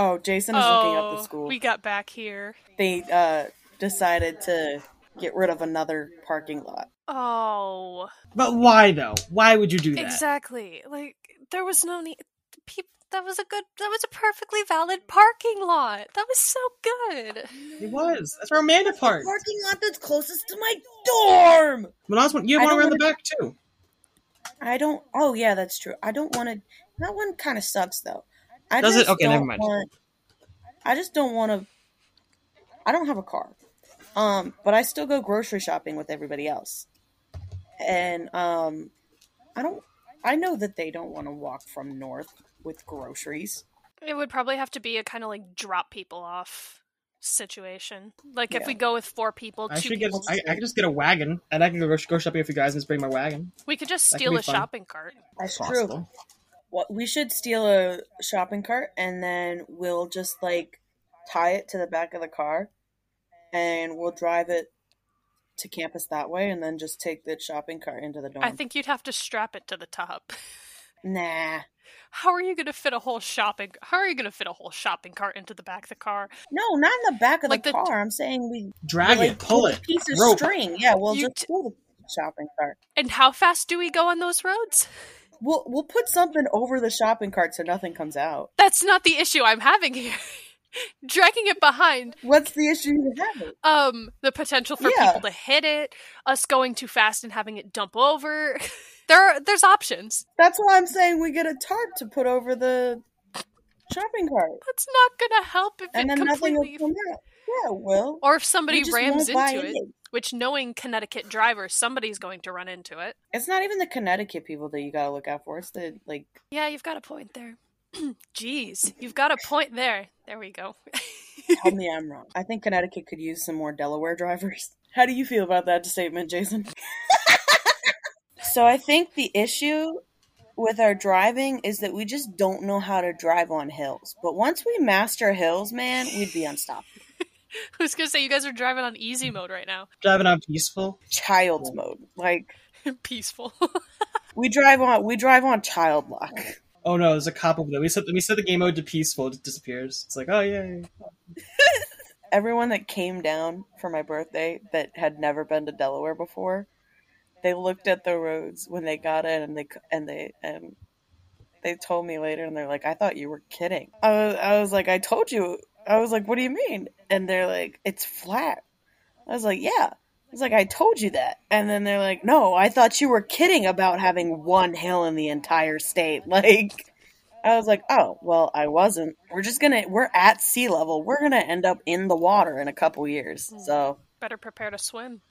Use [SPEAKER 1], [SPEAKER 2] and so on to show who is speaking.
[SPEAKER 1] Oh, Jason is looking up the
[SPEAKER 2] Oh,
[SPEAKER 1] school.
[SPEAKER 2] we got back here.
[SPEAKER 1] they uh, decided to get rid of another parking lot.
[SPEAKER 2] Oh,
[SPEAKER 3] But why though? Why would you do that?
[SPEAKER 2] exactly. Like there was no need. People, that was a good. That was a perfectly valid parking lot. That was so good.
[SPEAKER 3] It was. That's where Amanda parked.
[SPEAKER 4] Parking lot that's closest to my dorm.
[SPEAKER 3] Mana's one. You
[SPEAKER 1] I
[SPEAKER 3] have one
[SPEAKER 1] don't
[SPEAKER 3] around the
[SPEAKER 1] wanna-
[SPEAKER 3] back too.
[SPEAKER 1] I don't. Oh yeah, that's true. I don't want to. That one kind of sucks though. I
[SPEAKER 3] Does it?
[SPEAKER 1] just
[SPEAKER 3] Okay, never
[SPEAKER 1] don't
[SPEAKER 3] mind.
[SPEAKER 1] want- I just don't want to. I don't have a car, um, but I still go grocery shopping with everybody else, and um, I don't. I know that they don't want to walk from north with groceries.
[SPEAKER 2] It would probably have to be a kind of like drop people off situation. Like if
[SPEAKER 1] Yeah.
[SPEAKER 2] we go with four people,
[SPEAKER 3] I
[SPEAKER 2] two
[SPEAKER 3] should get.
[SPEAKER 2] people,
[SPEAKER 3] I, I could just get a wagon, and I can go, go shopping with you guys and just bring my wagon.
[SPEAKER 2] we could just
[SPEAKER 3] that could
[SPEAKER 2] steal
[SPEAKER 3] be
[SPEAKER 2] a
[SPEAKER 3] fun.
[SPEAKER 2] shopping cart.
[SPEAKER 1] That's true.
[SPEAKER 3] Possible.
[SPEAKER 1] What we should steal a shopping cart and then we'll just like tie it to the back of the car, and we'll drive it to campus that way, and then just take the shopping cart into the dorm.
[SPEAKER 2] I think you'd have to strap it to the top.
[SPEAKER 1] Nah.
[SPEAKER 2] How are you going to fit a whole shopping? How are you going to fit a whole shopping cart into the back of the car?
[SPEAKER 1] No, not in the back of
[SPEAKER 2] Like
[SPEAKER 1] the,
[SPEAKER 2] the-
[SPEAKER 1] car. I'm saying we
[SPEAKER 3] Drag
[SPEAKER 1] like
[SPEAKER 3] it, pull
[SPEAKER 1] a
[SPEAKER 3] it,
[SPEAKER 1] piece of
[SPEAKER 3] rope.
[SPEAKER 1] string. Yeah, we'll
[SPEAKER 2] You
[SPEAKER 1] just pull the shopping cart.
[SPEAKER 2] And how fast do we go on those roads?
[SPEAKER 1] We'll we'll put something over the shopping cart so nothing comes out.
[SPEAKER 2] That's not the issue I'm having here. Dragging it behind,
[SPEAKER 1] What's the issue you have?
[SPEAKER 2] um, the potential for
[SPEAKER 1] Yeah.
[SPEAKER 2] people to hit it, us going too fast and having it dump over. there, are, there's options.
[SPEAKER 1] That's why I'm saying we get a tarp to put over the shopping cart,
[SPEAKER 2] That's not gonna help if
[SPEAKER 1] and
[SPEAKER 2] it
[SPEAKER 1] then nothing will
[SPEAKER 2] completely,
[SPEAKER 1] come out. Yeah, well,
[SPEAKER 2] or if somebody
[SPEAKER 1] we just
[SPEAKER 2] rams
[SPEAKER 1] won't buy
[SPEAKER 2] into it.
[SPEAKER 1] any.
[SPEAKER 2] Which, knowing Connecticut drivers, somebody's going to run into it.
[SPEAKER 1] It's not even the Connecticut people that you gotta look out for. It's the like
[SPEAKER 2] Yeah, you've got a point there. Jeez, you've got a point there. There we go.
[SPEAKER 1] Tell me I'm wrong. I think Connecticut could use some more Delaware drivers. How do you feel about that statement, Jason? so I think the issue with our driving is that we just don't know how to drive on hills. But once we master hills, man, we'd be unstoppable.
[SPEAKER 2] I was gonna say you guys are driving on easy mode right now.
[SPEAKER 3] driving on peaceful.
[SPEAKER 1] Child's mode. Like
[SPEAKER 2] Peaceful.
[SPEAKER 1] we drive on we drive on child lock.
[SPEAKER 3] Oh no, there's a cop over there. We set we set the game mode to peaceful. It just disappears. It's like oh yeah.
[SPEAKER 1] Everyone that came down for my birthday that had never been to Delaware before, they looked at the roads when they got in and they and they and they told me later and they're like i thought you were kidding i was, I was like i told you i was like what do you mean and they're like it's flat i was like yeah i was like i told you that and then they're like no i thought you were kidding about having one hill in the entire state like i was like oh well i wasn't we're just gonna we're at sea level we're gonna end up in the water in a couple years so
[SPEAKER 2] Better prepare to swim.